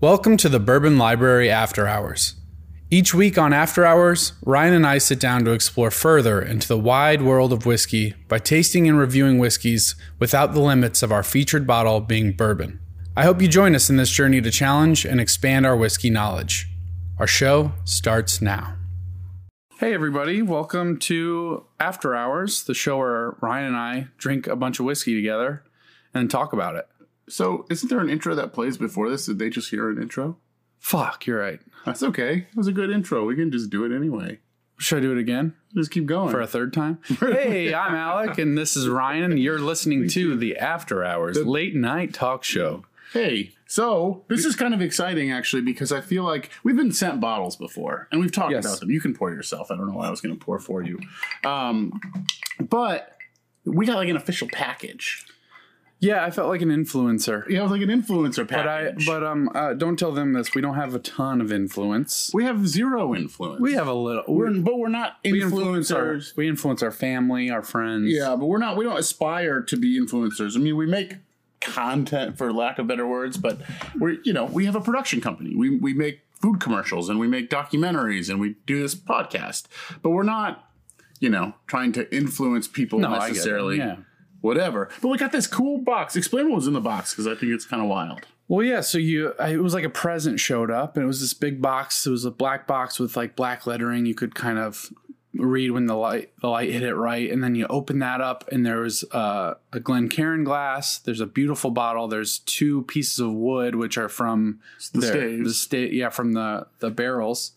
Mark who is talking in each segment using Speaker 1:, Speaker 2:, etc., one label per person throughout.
Speaker 1: Welcome to the Bourbon Library After Hours. Each week on After Hours, Ryan and I sit down to explore further into the wide world of whiskey by tasting and reviewing whiskeys without the limits of our featured bottle being bourbon. I hope you join us in this journey to challenge and expand our whiskey knowledge. Our show starts now. Hey, everybody, welcome to After Hours, the show where Ryan and I drink a bunch of whiskey together and talk about it.
Speaker 2: So, isn't there an intro that plays before this? Did they just hear an intro?
Speaker 1: Fuck, you're right.
Speaker 2: That's okay. It was a good intro. We can just do it anyway.
Speaker 1: Should I do it again?
Speaker 2: Just keep going.
Speaker 1: for a third time. hey, I'm Alec, and this is Ryan. You're listening to the After Hours Late Night Talk Show.
Speaker 2: hey, so this is kind of exciting actually because I feel like we've been sent bottles before and we've talked
Speaker 1: Yes.
Speaker 2: about them. You can pour yourself. I don't know why I was going to pour for you. Um, but we got like an official package.
Speaker 1: Yeah, I felt like an influencer,
Speaker 2: You know, like an influencer
Speaker 1: but I
Speaker 2: package.
Speaker 1: but um, uh, don't tell them this. We don't have a ton of influence.
Speaker 2: we have zero influence.
Speaker 1: We have a little.
Speaker 2: We're, but we're not
Speaker 1: we influence our
Speaker 2: influencers.
Speaker 1: we influence our family, our friends.
Speaker 2: Yeah, but we're not. We don't aspire to be influencers. I mean, we make content, for lack of better words, but we're you know we have a production company. We we make food commercials and we make documentaries and we do this podcast. But we're not, you know, trying to influence people
Speaker 1: no, I get it.
Speaker 2: necessarily.
Speaker 1: Yeah.
Speaker 2: Whatever. But we got this cool box. Explain what was in the box because I think it's kind of wild.
Speaker 1: Well, yeah. So you, I, it was like a present showed up, and it was this big box. It was a black box with like black lettering. You could kind of read when the light the light hit it right, and then you open that up, and there was uh, a Glencairn glass. There's a beautiful bottle. There's two pieces of wood, which are from
Speaker 2: the
Speaker 1: their-
Speaker 2: staves.
Speaker 1: The state, yeah, from the the barrels,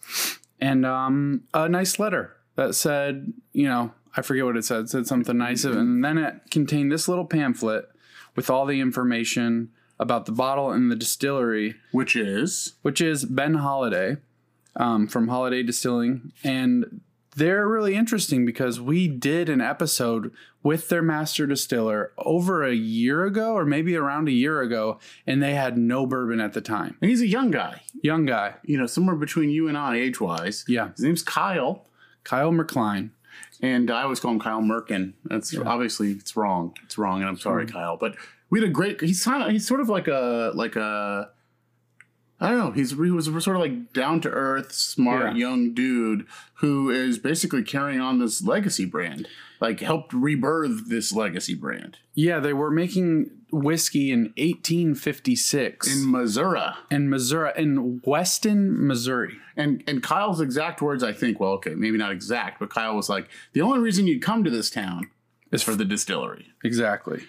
Speaker 1: and um, a nice letter that said, you know, I forget what it said. It said something nice, and then it contained this little pamphlet with all the information about the bottle and the distillery,
Speaker 2: Which is
Speaker 1: which is Ben Holiday um, from Holiday Distilling. And they're really interesting because we did an episode with their master distiller over a year ago, or maybe around a year ago, and they had no bourbon at the time.
Speaker 2: and he's a young guy.
Speaker 1: Young guy.
Speaker 2: You know, somewhere between you and I, age wise.
Speaker 1: Yeah.
Speaker 2: His name's Kyle.
Speaker 1: Kyle McCline.
Speaker 2: And I always call him Kyle Merkin. That's obviously it's wrong. It's wrong, and I'm sorry, Kyle. But we had a great. He's kind of he's sort of like a like a. I don't know. He's he was sort of like down to earth, smart
Speaker 1: Yeah.
Speaker 2: young dude who is basically carrying on this legacy brand, like helped rebirth this legacy brand
Speaker 1: Yeah, they were making whiskey in 1856
Speaker 2: in Missouri.
Speaker 1: in Missouri, in Weston, Missouri.
Speaker 2: And and Kyle's exact words, I think. Well, okay, maybe not exact, but Kyle was like, the only reason you'd come to this town is for the distillery.
Speaker 1: Exactly.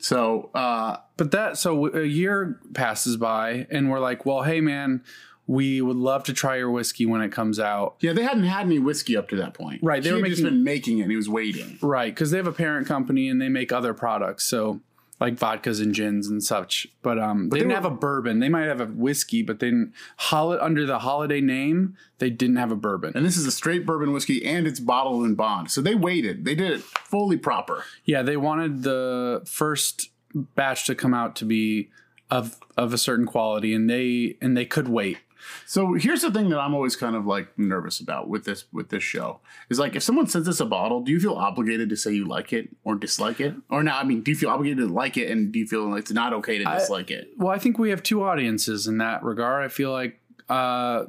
Speaker 2: So uh,
Speaker 1: But that so a year passes by and we're like, well, hey man, we would love to try your whiskey when it comes out,
Speaker 2: Yeah, they hadn't had any whiskey up to that point.
Speaker 1: Right, they
Speaker 2: He
Speaker 1: were
Speaker 2: had just
Speaker 1: making-
Speaker 2: been making it. and He was waiting.
Speaker 1: right? Because they have a parent company and they make other products, so like vodkas and gins and such. But um, they
Speaker 2: they
Speaker 1: didn't
Speaker 2: were-
Speaker 1: have a bourbon. They might have a whiskey, but they didn't hol- under the holiday name. They didn't have a bourbon.
Speaker 2: And this is a straight bourbon whiskey, and it's bottled in bond. So they waited. They did it fully proper.
Speaker 1: Yeah, they wanted the first batch to come out to be of of a certain quality, and they and they could wait.
Speaker 2: So here's the thing that I'm always kind of like nervous about with this with this show is like if someone sends us a bottle, do you feel obligated to say you like it or dislike it? Or no, I mean, do you feel obligated to like it, and do you feel like it's not okay to dislike it?
Speaker 1: Well, I think we have two audiences in that regard. I feel like uh,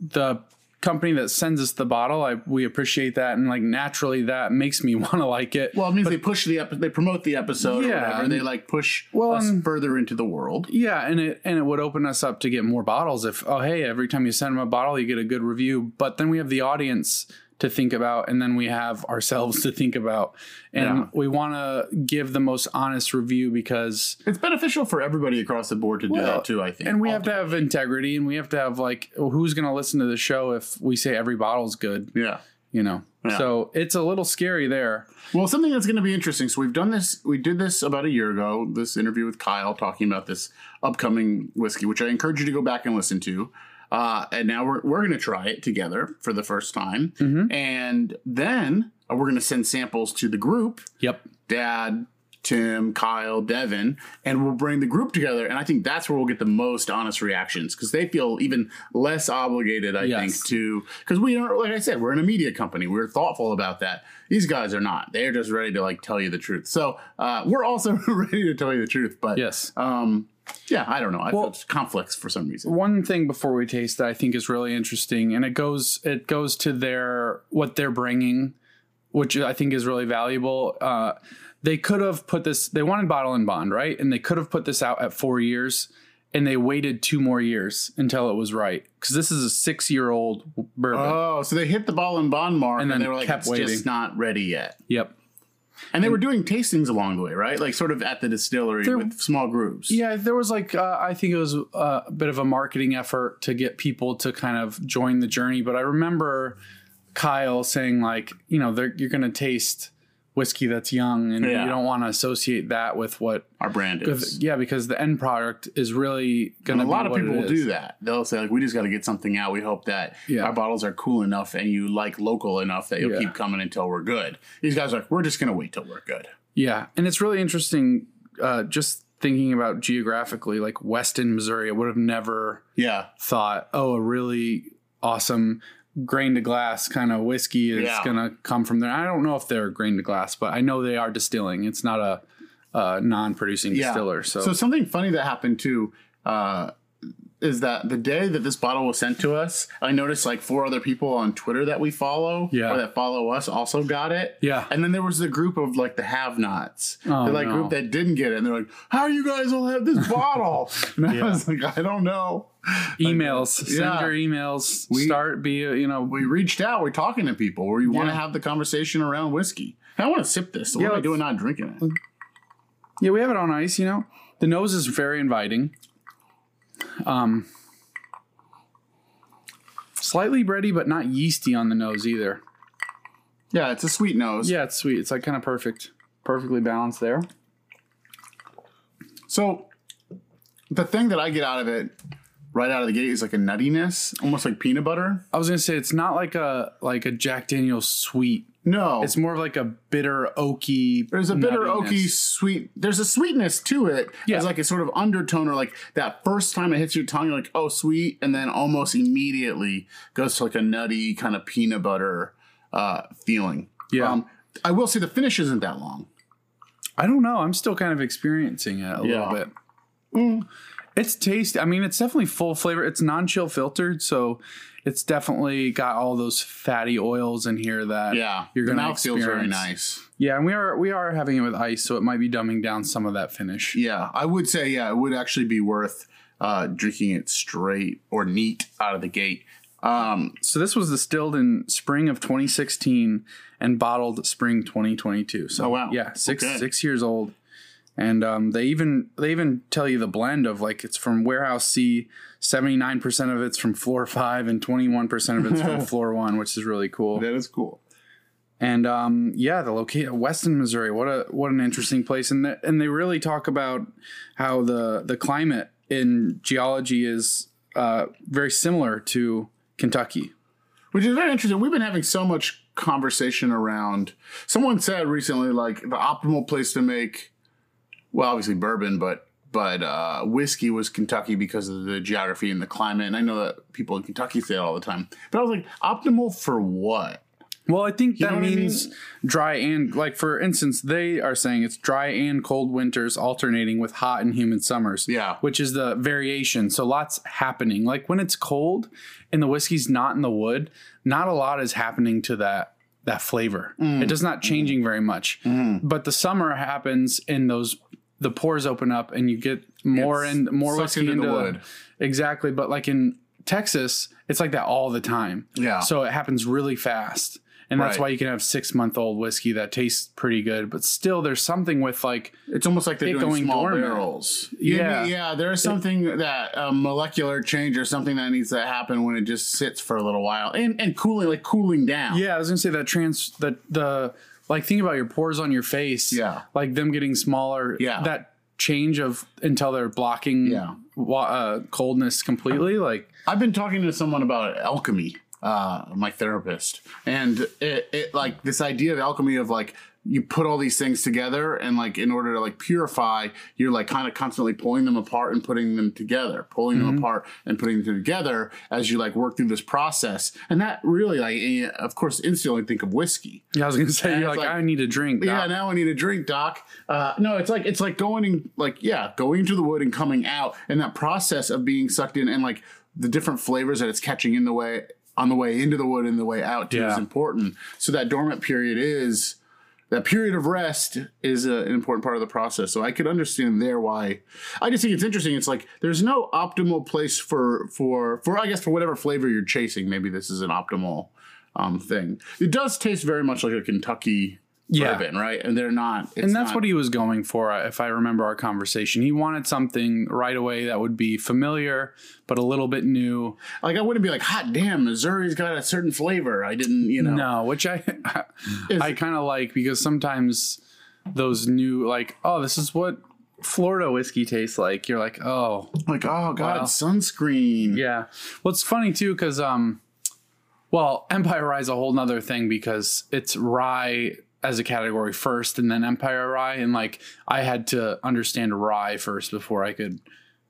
Speaker 1: the company that sends us the bottle, I, we appreciate that, and like naturally, that makes me want to like it.
Speaker 2: Well, it means they push the episode, they promote the episode,
Speaker 1: Yeah,
Speaker 2: or whatever.
Speaker 1: and-
Speaker 2: They like push
Speaker 1: Well,
Speaker 2: us
Speaker 1: and-
Speaker 2: further into the world.
Speaker 1: Yeah, and it and it would open us up to get more bottles if oh hey, every time you send them a bottle, you get a good review. But then we have the audience to think about, and then we have ourselves to think about, and
Speaker 2: Yeah.
Speaker 1: we want to give the most honest review because
Speaker 2: It's beneficial for everybody across the board to do that too. I think,
Speaker 1: and we have
Speaker 2: All-
Speaker 1: to have integrity, and we have to have like who's going to listen to the show if we say every bottle's good,
Speaker 2: yeah.
Speaker 1: you know?
Speaker 2: Yeah.
Speaker 1: So it's a little scary there.
Speaker 2: Well, something that's going to be interesting. So we've done this. We did this about a year ago. This interview with Kyle talking about this upcoming whiskey, which I encourage you to go back and listen to. Uh, and now we're we're going to try it together for the first time,
Speaker 1: Mhm.
Speaker 2: and then uh, we're going to send samples to the group.
Speaker 1: Yep.
Speaker 2: Dad, Tim, Kyle, Devin, and we'll bring the group together. And I think that's where we'll get the most honest reactions because they feel even less obligated, I
Speaker 1: Yes.
Speaker 2: think, to because we are, like I said, we're in a media company. We're thoughtful about that. These guys are not. They're just ready to like tell you the truth. So uh, we're also ready to tell you the truth. But
Speaker 1: Yes.
Speaker 2: um, yeah, I don't know. I felt conflicts for some reason.
Speaker 1: One thing before we taste that I think is really interesting, and it goes it goes to their what they're bringing, which I think is really valuable. Uh, they could have put this. They wanted bottle and bond, right? And they could have put this out at four years, and they waited two more years until it was right because this is a six year old bourbon.
Speaker 2: Oh, so they hit the ball and bond mark,
Speaker 1: And then
Speaker 2: and, they were like,
Speaker 1: kept
Speaker 2: "It's
Speaker 1: waiting.
Speaker 2: just not ready yet."
Speaker 1: yep.
Speaker 2: And they were doing tastings along the way, right? Like sort of at the distillery
Speaker 1: There-
Speaker 2: with small groups.
Speaker 1: Yeah, there was like uh, I think it was uh, a bit of a marketing effort to get people to kind of join the journey. But I remember Kyle saying like, you know, they're, you're going to taste whiskey that's young, and
Speaker 2: Yeah.
Speaker 1: you don't want to associate that with what.
Speaker 2: our brand is.
Speaker 1: Yeah, because the end product is really going
Speaker 2: And
Speaker 1: to.
Speaker 2: a lot of people will
Speaker 1: will
Speaker 2: do that. They'll say like, "We just got to get something out. We hope that
Speaker 1: Yeah.
Speaker 2: our bottles are cool enough, and you like local enough that you'll
Speaker 1: Yeah.
Speaker 2: keep coming until we're good." These guys are like, "We're just gonna wait till we're good."
Speaker 1: Yeah, and it's really interesting. Uh, just thinking about geographically, like Weston, Missouri, I would have never
Speaker 2: Yeah,
Speaker 1: thought, oh, a really awesome grain to glass kind of whiskey is
Speaker 2: Yeah.
Speaker 1: going to come from there. I don't know if they're grain to glass, but I know they are distilling. It's not a, uh non-producing
Speaker 2: Yeah.
Speaker 1: distiller. So,
Speaker 2: So something funny that happened too uh, is that the day that this bottle was sent to us, I noticed like four other people on Twitter that we follow
Speaker 1: Yeah.
Speaker 2: or that follow us also got it.
Speaker 1: Yeah.
Speaker 2: And then there was the group of like the have-nots,
Speaker 1: Oh,
Speaker 2: the like
Speaker 1: no.
Speaker 2: group that didn't get it, and they're like, "How you guys all have this bottle?" And I was like, "I don't know."
Speaker 1: emails,
Speaker 2: Yeah.
Speaker 1: send your emails,
Speaker 2: We-
Speaker 1: start be, you know,
Speaker 2: We reached out. We're talking to people. We want to
Speaker 1: Yeah.
Speaker 2: have the conversation around whiskey. I want to sip this. So
Speaker 1: Yeah,
Speaker 2: what am I
Speaker 1: let's- Mm.
Speaker 2: doing? Not drinking it.
Speaker 1: yeah, we have it on ice, you know. The nose is very inviting. Um slightly bready but not yeasty on the nose either.
Speaker 2: Yeah, it's a sweet nose.
Speaker 1: Yeah, it's sweet. It's like kind of perfect. Perfectly balanced there.
Speaker 2: So the thing that I get out of it right out of the gate is like a nuttiness, almost like peanut butter.
Speaker 1: I was gonna say it's not like a like a Jack Daniel's sweet.
Speaker 2: No.
Speaker 1: It's more of like a bitter oaky.
Speaker 2: there's a bitter
Speaker 1: nuttiness.
Speaker 2: oaky sweet. There's a sweetness to it.
Speaker 1: Yeah.
Speaker 2: It's like a sort of undertone or like that first time it hits your tongue, you're like, oh sweet, and then almost immediately goes to like a nutty kind of peanut butter uh, feeling. Um,
Speaker 1: Yeah.
Speaker 2: I will say the finish isn't that long.
Speaker 1: I don't know. I'm still kind of experiencing it a
Speaker 2: Yeah. Mm.
Speaker 1: little bit. It's tasty. I mean, it's definitely full flavor. It's non-chill filtered, so it's definitely got all those fatty oils in here that
Speaker 2: Yeah.
Speaker 1: you're
Speaker 2: the
Speaker 1: gonna
Speaker 2: mouth feels very
Speaker 1: experience.
Speaker 2: nice.
Speaker 1: Yeah, and we are we are having it with ice, so it might be dumbing down some of that finish.
Speaker 2: Yeah, I would say yeah, it would actually be worth uh, drinking it straight or neat out of the gate. Um,
Speaker 1: So this was distilled in spring of 2016 and bottled spring 2022. So
Speaker 2: Oh, wow.
Speaker 1: yeah, six
Speaker 2: Okay.
Speaker 1: six years old. And um, they even they even tell you the blend of like it's from warehouse C, seventy nine percent of it's from floor five, and twenty one percent of it's from floor one, which is really cool.
Speaker 2: that is cool.
Speaker 1: And um, yeah, the location, Weston, Missouri. What a what an interesting place. And the, and they really talk about how the the climate in geology is uh, very similar to Kentucky.
Speaker 2: Which is very interesting. We've been having so much conversation around. Someone said recently, like the optimal place to make, well, obviously bourbon, but but uh, whiskey was Kentucky because of the geography and the climate. And I know that people in Kentucky say it all the time, but I was like, optimal for what?
Speaker 1: Well, I think
Speaker 2: know
Speaker 1: that
Speaker 2: what I
Speaker 1: means dry and like for instance, they are saying it's dry and cold winters alternating with hot and humid summers.
Speaker 2: Yeah.
Speaker 1: Which is the variation. So lots happening. Like when it's cold and the whiskey's not in the wood, not a lot is happening to that that flavor.
Speaker 2: Mm.
Speaker 1: It does not changing very much.
Speaker 2: Mm-hmm.
Speaker 1: But the summer happens and those the pores open up and you get more
Speaker 2: It's
Speaker 1: and more
Speaker 2: sucked
Speaker 1: whiskey
Speaker 2: into
Speaker 1: into,
Speaker 2: the
Speaker 1: the
Speaker 2: wood.
Speaker 1: Exactly. But like in Texas, it's like that all the time.
Speaker 2: Yeah.
Speaker 1: So it happens really fast. And that's
Speaker 2: Right.
Speaker 1: why you can have six month old whiskey that tastes pretty good, but still there's something with like
Speaker 2: It's almost like they're
Speaker 1: It
Speaker 2: doing
Speaker 1: going
Speaker 2: small
Speaker 1: dormant.
Speaker 2: barrels.
Speaker 1: Yeah.
Speaker 2: yeah. There is something that a molecular change or something that needs to happen when it just sits for a little while and and cooling, like cooling down.
Speaker 1: yeah, I was gonna say that trans that the like think about your pores on your face.
Speaker 2: Yeah.
Speaker 1: Like them getting smaller.
Speaker 2: Yeah.
Speaker 1: That change of until they're blocking
Speaker 2: Yeah.
Speaker 1: wa- uh, coldness completely. Like
Speaker 2: I've been talking to someone about alchemy. uh, my therapist, and it, it like this idea of alchemy of like you put all these things together and like in order to like purify you're like kind of constantly pulling them apart and putting them together pulling them apart and putting them together as you like work through this process and that really like eh, of course instantly think of whiskey
Speaker 1: Yeah, I was gonna say
Speaker 2: And
Speaker 1: you're
Speaker 2: it's
Speaker 1: like,
Speaker 2: like-
Speaker 1: I need a drink.
Speaker 2: yeah
Speaker 1: Yeah,
Speaker 2: now i need a drink doc uh no it's like it's like going in like yeah going into the wood and coming out and that process of being sucked in and like the different flavors that it's catching in the way on the way into the wood and the way out too
Speaker 1: Yeah.
Speaker 2: is important so that dormant period is that period of rest is a, an important part of the process so i could understand there why i just think it's interesting it's like there's no optimal place for for for i guess for whatever flavor you're chasing maybe this is an optimal um, thing it does taste very much like a kentucky
Speaker 1: Yeah.
Speaker 2: bourbon, right? And they're not. It's
Speaker 1: and that's what he was going for, uh, if I remember our conversation. He wanted something right away that would be familiar, but a little bit new.
Speaker 2: like. I wouldn't be like, hot damn, Missouri's got a certain flavor. I didn't, you know.
Speaker 1: No, which I
Speaker 2: Is-
Speaker 1: I kind of like because sometimes those new like, oh, this is what Florida whiskey tastes like. You're like, oh,
Speaker 2: Like, oh god,
Speaker 1: Wow.
Speaker 2: it's sunscreen.
Speaker 1: Yeah. Well, it's funny too because um, well, Empire Rye is a whole nother thing because it's rye as a category first, and then Empire Rye, and like I had to understand rye first before I could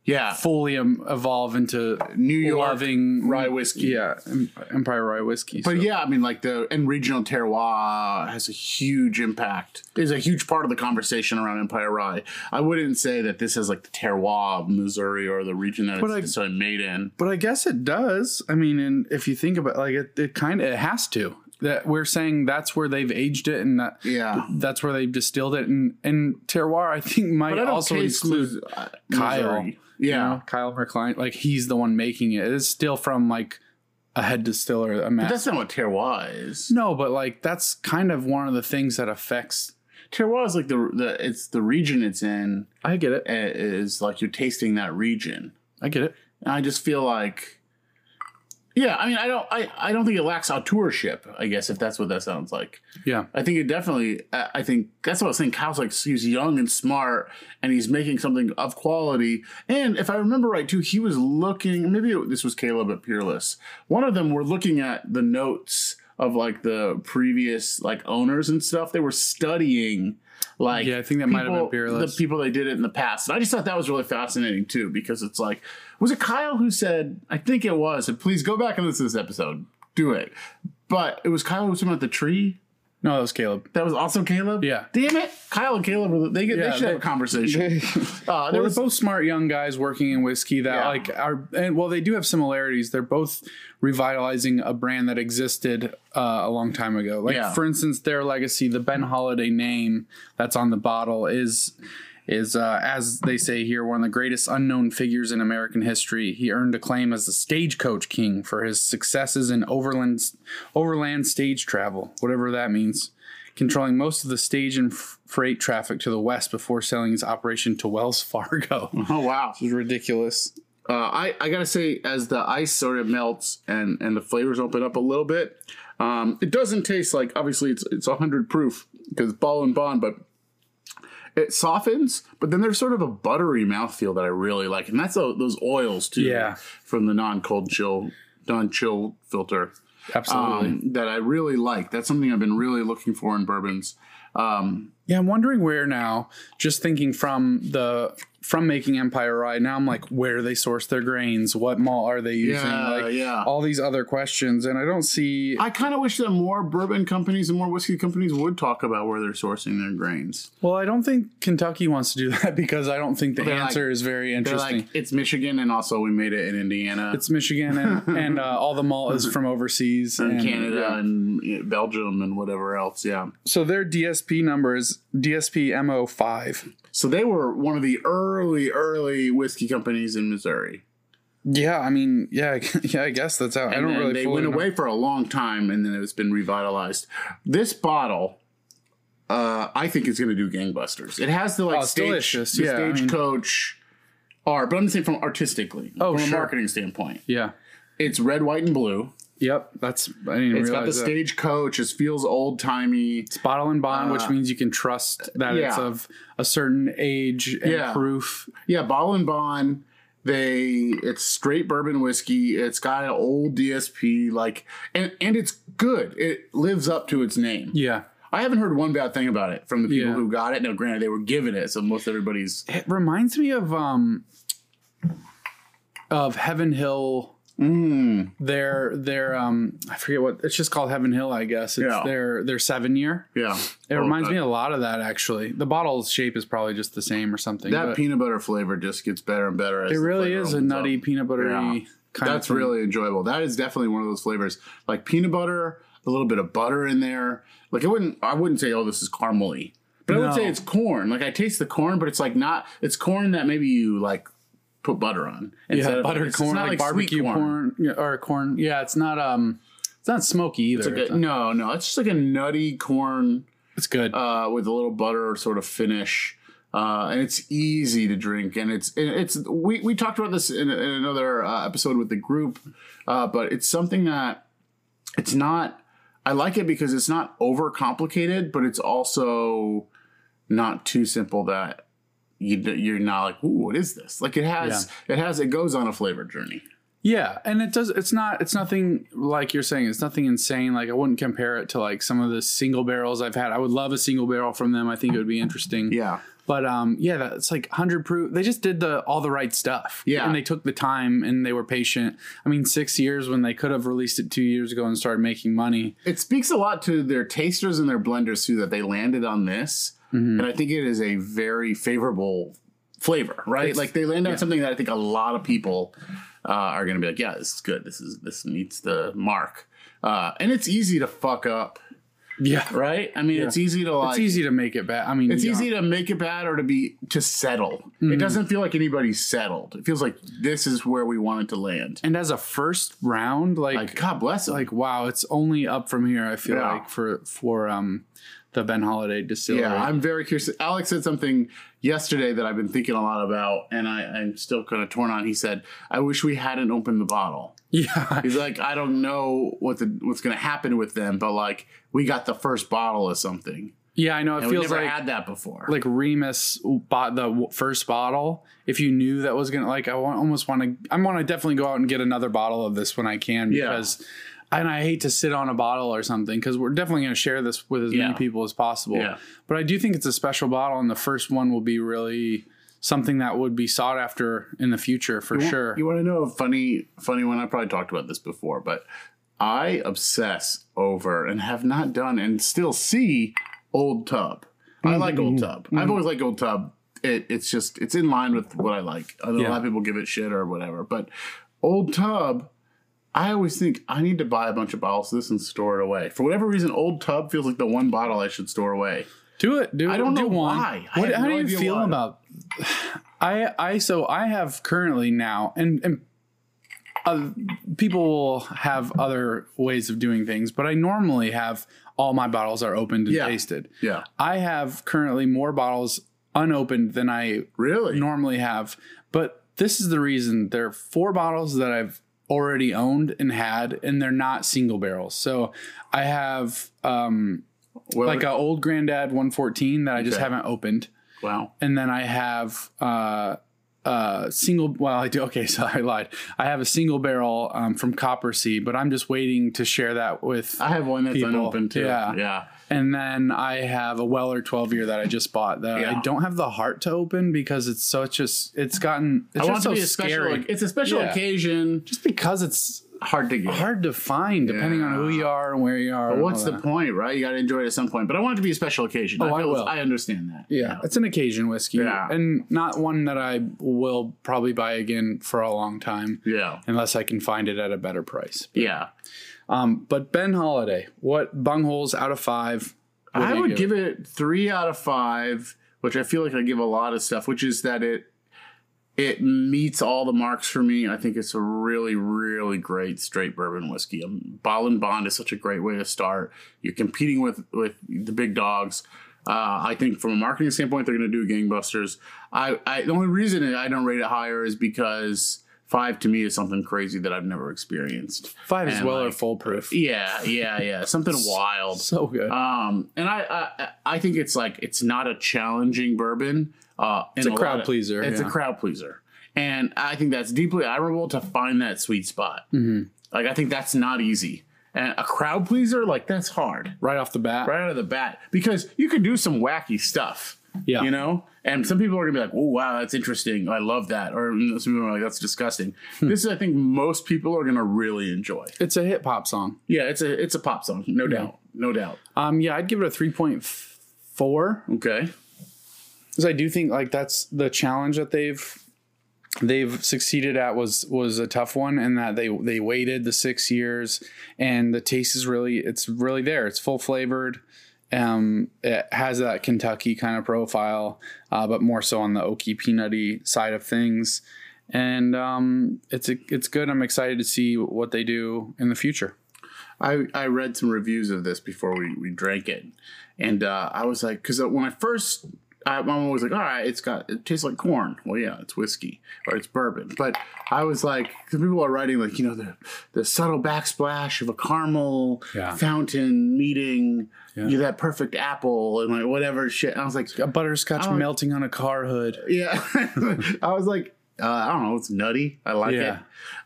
Speaker 2: yeah.
Speaker 1: fully um, evolve into
Speaker 2: New York
Speaker 1: loving
Speaker 2: rye whiskey.
Speaker 1: Yeah, Em- Empire Rye whiskey.
Speaker 2: But yeah, I mean, like the and regional terroir has a huge impact. Is a huge part of the conversation around Empire Rye. I wouldn't say that this is like the terroir of Missouri or the region that
Speaker 1: But I-
Speaker 2: it's sort of made in.
Speaker 1: But I guess it does. I mean, and if you think about like it, it kind of it has to. That we're saying that's where they've aged it, and that
Speaker 2: Yeah.
Speaker 1: that's where they've distilled it. And and terroir, I think, might
Speaker 2: But I don't
Speaker 1: also
Speaker 2: taste
Speaker 1: include
Speaker 2: Mis- uh,
Speaker 1: Kyle.
Speaker 2: Missouri. Yeah.
Speaker 1: know, Kyle Merkline, like he's the one making it. It's still from like a head distiller, a master.
Speaker 2: That's not what terroir is.
Speaker 1: no, but like that's kind of one of the things that affects.
Speaker 2: Terroir is like the the it's the region it's in.
Speaker 1: I get it.
Speaker 2: i- is like you're tasting that region.
Speaker 1: I get it.
Speaker 2: And I just feel like, yeah, I mean, I don't, I, I don't think it lacks auteurship. I guess if that's what that sounds like.
Speaker 1: Yeah.
Speaker 2: I think it definitely. I I think that's what I was saying. Kyle's like he's young and smart, and he's making something of quality. And if I remember right, too, he was looking. Maybe it, this was Caleb at Peerless. One of them were looking at the notes of like the previous like owners and stuff. They were studying. Like
Speaker 1: Yeah, I think that might have been
Speaker 2: people-
Speaker 1: Peerless.
Speaker 2: The people they did it in the past, and I just thought that was really fascinating too, because it's like, was it Kyle who said? I think it was. And please go back and listen to this episode. Do it. But it was Kyle who was talking about the tree.
Speaker 1: No, that was Caleb.
Speaker 2: That was also Caleb.
Speaker 1: Yeah.
Speaker 2: Damn it, Kyle and Caleb. were- They get,
Speaker 1: Yeah,
Speaker 2: they should
Speaker 1: they-
Speaker 2: have a conversation. uh, there
Speaker 1: They're
Speaker 2: was
Speaker 1: both smart young guys working in whiskey that
Speaker 2: Yeah.
Speaker 1: like are and well they do have similarities. They're both revitalizing a brand that existed uh, a long time ago. Like
Speaker 2: Yeah.
Speaker 1: for instance, their legacy, the Ben Holiday name that's on the bottle is is uh, as they say here one of the greatest unknown figures in American history. He earned acclaim as the stagecoach king for his successes in overland overland stage travel, whatever that means. Controlling most of the stage and f- freight traffic to the west before selling his operation to Wells Fargo.
Speaker 2: oh wow.
Speaker 1: This is ridiculous.
Speaker 2: Uh, I I gotta say, as the ice sort of melts and and the flavors open up a little bit, um, it doesn't taste like obviously it's it's hundred proof because ball and bond, but it softens. But then there's sort of a buttery mouthfeel that I really like, and that's tho- those oils too.
Speaker 1: Yeah.
Speaker 2: from the non cold chill non chill filter.
Speaker 1: Absolutely.
Speaker 2: um, that I really like. That's something I've been really looking for in bourbons. Um,
Speaker 1: yeah, I'm wondering where now. Just thinking from the from making Empire Rye, now I'm like, where do they source their grains? What malt are they using?
Speaker 2: Yeah,
Speaker 1: like
Speaker 2: yeah.
Speaker 1: all these other questions, and I don't see.
Speaker 2: I kind of wish that more bourbon companies and more whiskey companies would talk about where they're sourcing their grains.
Speaker 1: Well, I don't think Kentucky wants to do that because I don't think the
Speaker 2: They're like-
Speaker 1: answer is very
Speaker 2: They're
Speaker 1: interesting.
Speaker 2: like, it's Michigan, and also we made it in Indiana,
Speaker 1: it's Michigan, and, and uh, all the malt is from overseas
Speaker 2: and Canada,
Speaker 1: yeah.
Speaker 2: and you know, Belgium, and whatever else. Yeah.
Speaker 1: So their DSP number is DSP MO5.
Speaker 2: So they were one of the early, early whiskey companies in Missouri.
Speaker 1: Yeah, I mean, yeah, yeah. I guess that's how. I
Speaker 2: And
Speaker 1: don't
Speaker 2: then
Speaker 1: really.
Speaker 2: They
Speaker 1: fully
Speaker 2: went
Speaker 1: know.
Speaker 2: away for a long time, and then it's been revitalized. This bottle. Uh, I think it's going to do gangbusters. It has the like
Speaker 1: Oh, it's
Speaker 2: stage,
Speaker 1: delicious.
Speaker 2: the
Speaker 1: Yeah, I mean-
Speaker 2: stagecoach art, but I'm saying from artistically,
Speaker 1: Oh,
Speaker 2: from
Speaker 1: sure.
Speaker 2: a marketing standpoint,
Speaker 1: Yeah.
Speaker 2: it's red, white, and blue.
Speaker 1: Yep. That's. I didn't realize
Speaker 2: It's got the
Speaker 1: that.
Speaker 2: stagecoach. It feels old timey.
Speaker 1: It's bottle and bond, which
Speaker 2: Uh,
Speaker 1: means you can trust that it's
Speaker 2: yeah.
Speaker 1: of a certain age and
Speaker 2: Yeah.
Speaker 1: proof.
Speaker 2: Yeah, bottle and bond. They it's straight bourbon whiskey. It's got an old DSP like and and it's good. It lives up to its name.
Speaker 1: Yeah.
Speaker 2: I haven't heard one bad thing about it from the people
Speaker 1: Yeah.
Speaker 2: who got it. Now, granted, they were given it, so most everybody's
Speaker 1: It reminds me of um of Heaven Hill.
Speaker 2: mm,
Speaker 1: Their their um I forget what it's just called Heaven Hill, I guess. It's
Speaker 2: Yeah.
Speaker 1: their their seven year.
Speaker 2: yeah.
Speaker 1: It
Speaker 2: Oh,
Speaker 1: reminds
Speaker 2: that-
Speaker 1: me a lot of that actually. The bottle's shape is probably just the same or something.
Speaker 2: that
Speaker 1: but
Speaker 2: peanut butter flavor just gets better and better. As
Speaker 1: it
Speaker 2: the
Speaker 1: really
Speaker 2: flavor
Speaker 1: is a
Speaker 2: opens up.
Speaker 1: nutty peanut buttery
Speaker 2: Yeah.
Speaker 1: kind
Speaker 2: That's
Speaker 1: of thing.
Speaker 2: really enjoyable. That is definitely one of those flavors, like peanut butter, a little bit of butter in there. Like I wouldn't, I wouldn't say, oh, this is caramely, but I would
Speaker 1: No.
Speaker 2: say it's corn. Like I taste the corn, but it's like not. It's corn that maybe you like put butter on
Speaker 1: yeah,
Speaker 2: of-
Speaker 1: buttered
Speaker 2: it's
Speaker 1: corn,
Speaker 2: not
Speaker 1: like,
Speaker 2: sweet
Speaker 1: barbecue corn, yeah, or corn. Yeah, it's not um it's not smoky either.
Speaker 2: It's like a- no, no, it's just like a nutty corn
Speaker 1: It's good.
Speaker 2: uh, with a little butter sort of finish. Uh, and it's easy to drink, and it's and it's we, we talked about this in, in another uh, episode with the group, uh, but it's something that it's not. I like it because it's not overcomplicated, but it's also not too simple that you d- you're not like, ooh, what is this? Like it has it has it goes on a flavor journey.
Speaker 1: Yeah, and it does. It's not. It's nothing like you're saying. It's nothing insane. Like I wouldn't compare it to like some of the single barrels I've had. I would love a single barrel from them. I think it would be interesting.
Speaker 2: Yeah,
Speaker 1: But um, yeah, that's like hundred proof. They just did the all the right stuff.
Speaker 2: Yeah.
Speaker 1: and they took the time and they were patient. I mean, six years when they could have released it two years ago and started making money.
Speaker 2: it speaks a lot to their tasters and their blenders too that they landed on this
Speaker 1: Mm-hmm.
Speaker 2: and i think it is a very favorable flavor right
Speaker 1: It's-
Speaker 2: like they land on something that i think a lot of people uh, are going to be like yeah this is good this is this meets the mark uh, and it's easy to fuck up
Speaker 1: Yeah,
Speaker 2: right i mean it's easy to like
Speaker 1: it's easy to Mm-hmm. make it bad. I mean,
Speaker 2: it's
Speaker 1: yeah.
Speaker 2: easy to make it bad or to be to settle it doesn't feel like anybody's settled it feels like this is where we want it to land
Speaker 1: And as a first round, like
Speaker 2: like god bless them.
Speaker 1: like wow, it's only up from here. I feel
Speaker 2: Yeah.
Speaker 1: like for for um the Ben Holiday distillery.
Speaker 2: Yeah, I'm very curious. Alex said something yesterday that I've been thinking a lot about, and I, I'm still kind of torn on. He said, "I wish we hadn't opened the bottle."
Speaker 1: yeah.
Speaker 2: He's like, "I don't know what the what's going to happen with them, but like we got the first bottle of something,
Speaker 1: Yeah, I know. It
Speaker 2: and we
Speaker 1: feels
Speaker 2: never
Speaker 1: like
Speaker 2: had that before."
Speaker 1: like Remus bought the w- first bottle. If you knew that was gonna like, I want, almost want to. I want to definitely go out and get another bottle of this when I can
Speaker 2: Yeah.
Speaker 1: because. And I hate to sit on a bottle or something because we're definitely going to share this with as
Speaker 2: Yeah.
Speaker 1: many people as possible.
Speaker 2: Yeah.
Speaker 1: But I do think it's a special bottle, and the first one will be really something that would be sought after in the future for sure.
Speaker 2: You want to know a funny, funny one? I probably talked about this before, but I obsess over and have not done and still see Old Tub. I like Old
Speaker 1: Mm-hmm.
Speaker 2: Tub. I've always liked Old Tub. It, it's just it's in line with what I like. I know A lot
Speaker 1: Yeah.
Speaker 2: of people give it shit or whatever, but Old Tub. I always think I need to buy a bunch of bottles of this and store it away. For whatever reason, Old Tub feels like the one bottle I should store away.
Speaker 1: Do it. Do
Speaker 2: I don't
Speaker 1: do
Speaker 2: know
Speaker 1: one.
Speaker 2: why. I
Speaker 1: What,
Speaker 2: have
Speaker 1: how
Speaker 2: no
Speaker 1: do you
Speaker 2: idea
Speaker 1: feel
Speaker 2: why.
Speaker 1: about? I I so I have currently now and and uh, people will have other ways of doing things, but I normally have all my bottles are opened and
Speaker 2: Yeah.
Speaker 1: tasted.
Speaker 2: Yeah,
Speaker 1: I have currently more bottles unopened than I
Speaker 2: really.
Speaker 1: normally have, but this is the reason there are four bottles that I've already owned and had, and they're not single barrels. So I have um,
Speaker 2: Well,
Speaker 1: like an old granddad 114 that I just
Speaker 2: Okay.
Speaker 1: haven't opened.
Speaker 2: wow.
Speaker 1: And then I have uh, uh, single. Well, I do. Okay, so I lied. I have a single barrel um, from Copper Sea, but I'm just waiting to share that with.
Speaker 2: I have one that's
Speaker 1: People.
Speaker 2: unopened too.
Speaker 1: Yeah.
Speaker 2: yeah.
Speaker 1: And then I have a Weller 12 year that I just bought that I
Speaker 2: Yeah.
Speaker 1: don't have the heart to open because it's such a. s- It's gotten. It's
Speaker 2: I
Speaker 1: just
Speaker 2: want it
Speaker 1: so
Speaker 2: to be a
Speaker 1: scary.
Speaker 2: special. It's a special
Speaker 1: Yeah.
Speaker 2: occasion.
Speaker 1: just because it's
Speaker 2: Hard to get.
Speaker 1: hard to find depending on who you are and where you are. and
Speaker 2: What's
Speaker 1: all
Speaker 2: the
Speaker 1: that.
Speaker 2: point, right? You got to enjoy it at some point. But I want it to be a special occasion.
Speaker 1: Oh, I
Speaker 2: feel-
Speaker 1: will.
Speaker 2: I understand that.
Speaker 1: Yeah, it's an occasion whiskey,
Speaker 2: Yeah.
Speaker 1: and not one that I will probably buy again for a long time,
Speaker 2: Yeah.
Speaker 1: unless I can find it at a better price.
Speaker 2: Yeah.
Speaker 1: Um, but Ben Holiday, what bungholes out of five?
Speaker 2: I
Speaker 1: do you
Speaker 2: would
Speaker 1: give
Speaker 2: give it three out of five, which I feel like I give a lot of stuff, which is that it it meets all the marks for me. I think it's a really, really great straight bourbon whiskey. Um, Ball and Bond is such a great way to start. You're competing with with the big dogs. Uh, I think from a marketing standpoint, they're going to do gangbusters. I, I the only reason I don't rate it higher is because five to me is something crazy that I've never experienced.
Speaker 1: five is
Speaker 2: And,
Speaker 1: well or
Speaker 2: like, e-
Speaker 1: foolproof?
Speaker 2: Yeah, yeah, yeah, something wild.
Speaker 1: So good.
Speaker 2: Um, and I, I I think it's like it's not a challenging bourbin. Uh, it's
Speaker 1: a crowd pleaser,
Speaker 2: It's
Speaker 1: yeah.
Speaker 2: a crowd pleaser. And I think that's deeply admirable to find that sweet spot.
Speaker 1: Mm-hmm.
Speaker 2: Like, I think that's not easy. And a crowd pleaser, like, that's hard
Speaker 1: Right off the bat.
Speaker 2: right out of the bat because you could do some wacky stuff.
Speaker 1: Yeah.
Speaker 2: You know? And some people are gonna be like, oh wow, that's interesting. I love that. Or you know, some people are like, that's disgusting.
Speaker 1: Hmm.
Speaker 2: This is I think most people are gonna really enjoy.
Speaker 1: It's a hip hop song.
Speaker 2: Yeah, it's a it's a pop song, no doubt. No doubt.
Speaker 1: Um, yeah, I'd give it a three point four
Speaker 2: Okay.
Speaker 1: because I do think like that's the challenge that they've they've succeeded at was was a tough one, and that they they waited the six years, and the taste is really it's really there. It's full flavored. Um, it has that Kentucky kind of profile, uh, but more so on the oaky peanutty side of things. And um, it's a, it's good. I'm excited to see what they do in the future.
Speaker 2: I, I read some reviews of this before we, we drank it. And uh, I was like, because when I first, I, I'm always like, all right, it's got, it tastes like corn. Well, yeah, it's whiskey or it's bourbon. But I was like, because people are writing, like, you know, the, the subtle backsplash of a caramel
Speaker 1: Yeah.
Speaker 2: fountain meeting,
Speaker 1: Yeah.
Speaker 2: you know, that perfect apple and like whatever shit. And I was like,
Speaker 1: A butterscotch
Speaker 2: Oh.
Speaker 1: melting on a car hood.
Speaker 2: yeah. I was like, uh, I don't know, it's nutty. I like
Speaker 1: Yeah.
Speaker 2: it.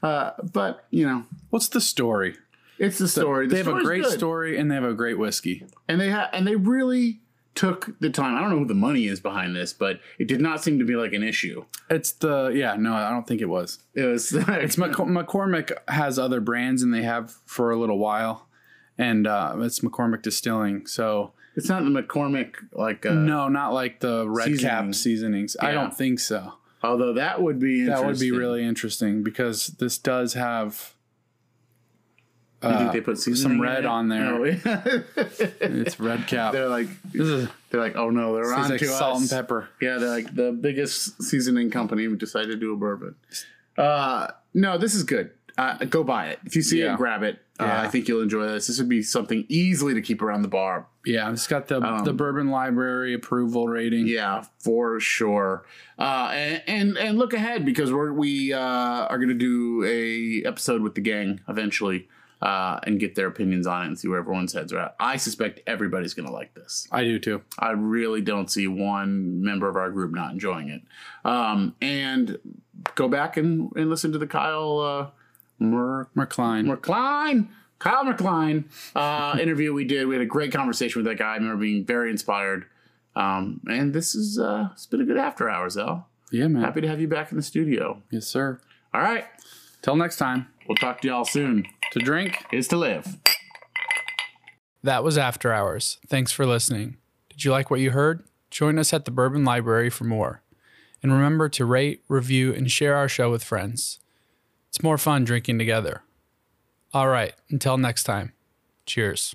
Speaker 2: Uh, but, you know,
Speaker 1: What's the story?
Speaker 2: it's the story. The
Speaker 1: they have a
Speaker 2: story's
Speaker 1: great
Speaker 2: good.
Speaker 1: story and they have a great whiskey.
Speaker 2: and they ha- and they really took the time. I don't know who the money is behind this, but it did not seem to be like an issue.
Speaker 1: It's the yeah no, I don't think it was.
Speaker 2: It was
Speaker 1: It's McCor- McCormick has other brands and they have for a little while, and uh, it's McCormick Distilling. So
Speaker 2: it's not the McCormick like uh,
Speaker 1: no, not like the red
Speaker 2: Seasoning.
Speaker 1: cap seasonings. I
Speaker 2: Yeah.
Speaker 1: don't think so.
Speaker 2: although that would be
Speaker 1: That would be
Speaker 2: interesting.
Speaker 1: really interesting because this does have.
Speaker 2: You think
Speaker 1: uh,
Speaker 2: they put seasoning
Speaker 1: some
Speaker 2: in
Speaker 1: red
Speaker 2: it?
Speaker 1: on there.
Speaker 2: No.
Speaker 1: It's red cap.
Speaker 2: they're like
Speaker 1: this is
Speaker 2: they're like oh no they're
Speaker 1: tastes
Speaker 2: on
Speaker 1: like
Speaker 2: to
Speaker 1: salt
Speaker 2: us.
Speaker 1: and pepper.
Speaker 2: Yeah, they're like the biggest seasoning company who decided to do a bourbon. Uh, no, this is good. Uh, go buy it if you see
Speaker 1: Yeah.
Speaker 2: it, grab it.
Speaker 1: Yeah.
Speaker 2: Uh, I think you'll enjoy this. This would be something easily to keep around the bar
Speaker 1: Yeah, it's got the
Speaker 2: Um,
Speaker 1: the bourbon library approval rating.
Speaker 2: Yeah, for sure. Uh, and, and and look ahead because we're we uh, are going to do a episode with the gang eventually uh, and get their opinions on it and see where everyone's heads are at. I suspect everybody's going to like this.
Speaker 1: I do too.
Speaker 2: I really don't see one member of our group not enjoying it. Um, and go back and, and listen to the Kyle uh, Mer-
Speaker 1: McLean.
Speaker 2: McCline. Kyle McCline uh, interview we did. We had a great conversation with that guy. I remember being very inspired. Um, and this is uh, it's been a good after hours, though.
Speaker 1: yeah, man.
Speaker 2: Happy to have you back in the studio.
Speaker 1: Yes, sir.
Speaker 2: All right,
Speaker 1: Till next time.
Speaker 2: we'll talk to y'all soon.
Speaker 1: To drink.
Speaker 2: Is to live.
Speaker 1: That was After Hours. Thanks for listening. Did you like what you heard? Join us at the Bourbon Library for more. And remember to rate, review, and share our show with friends. It's more fun drinking together. All right, until next time, cheers.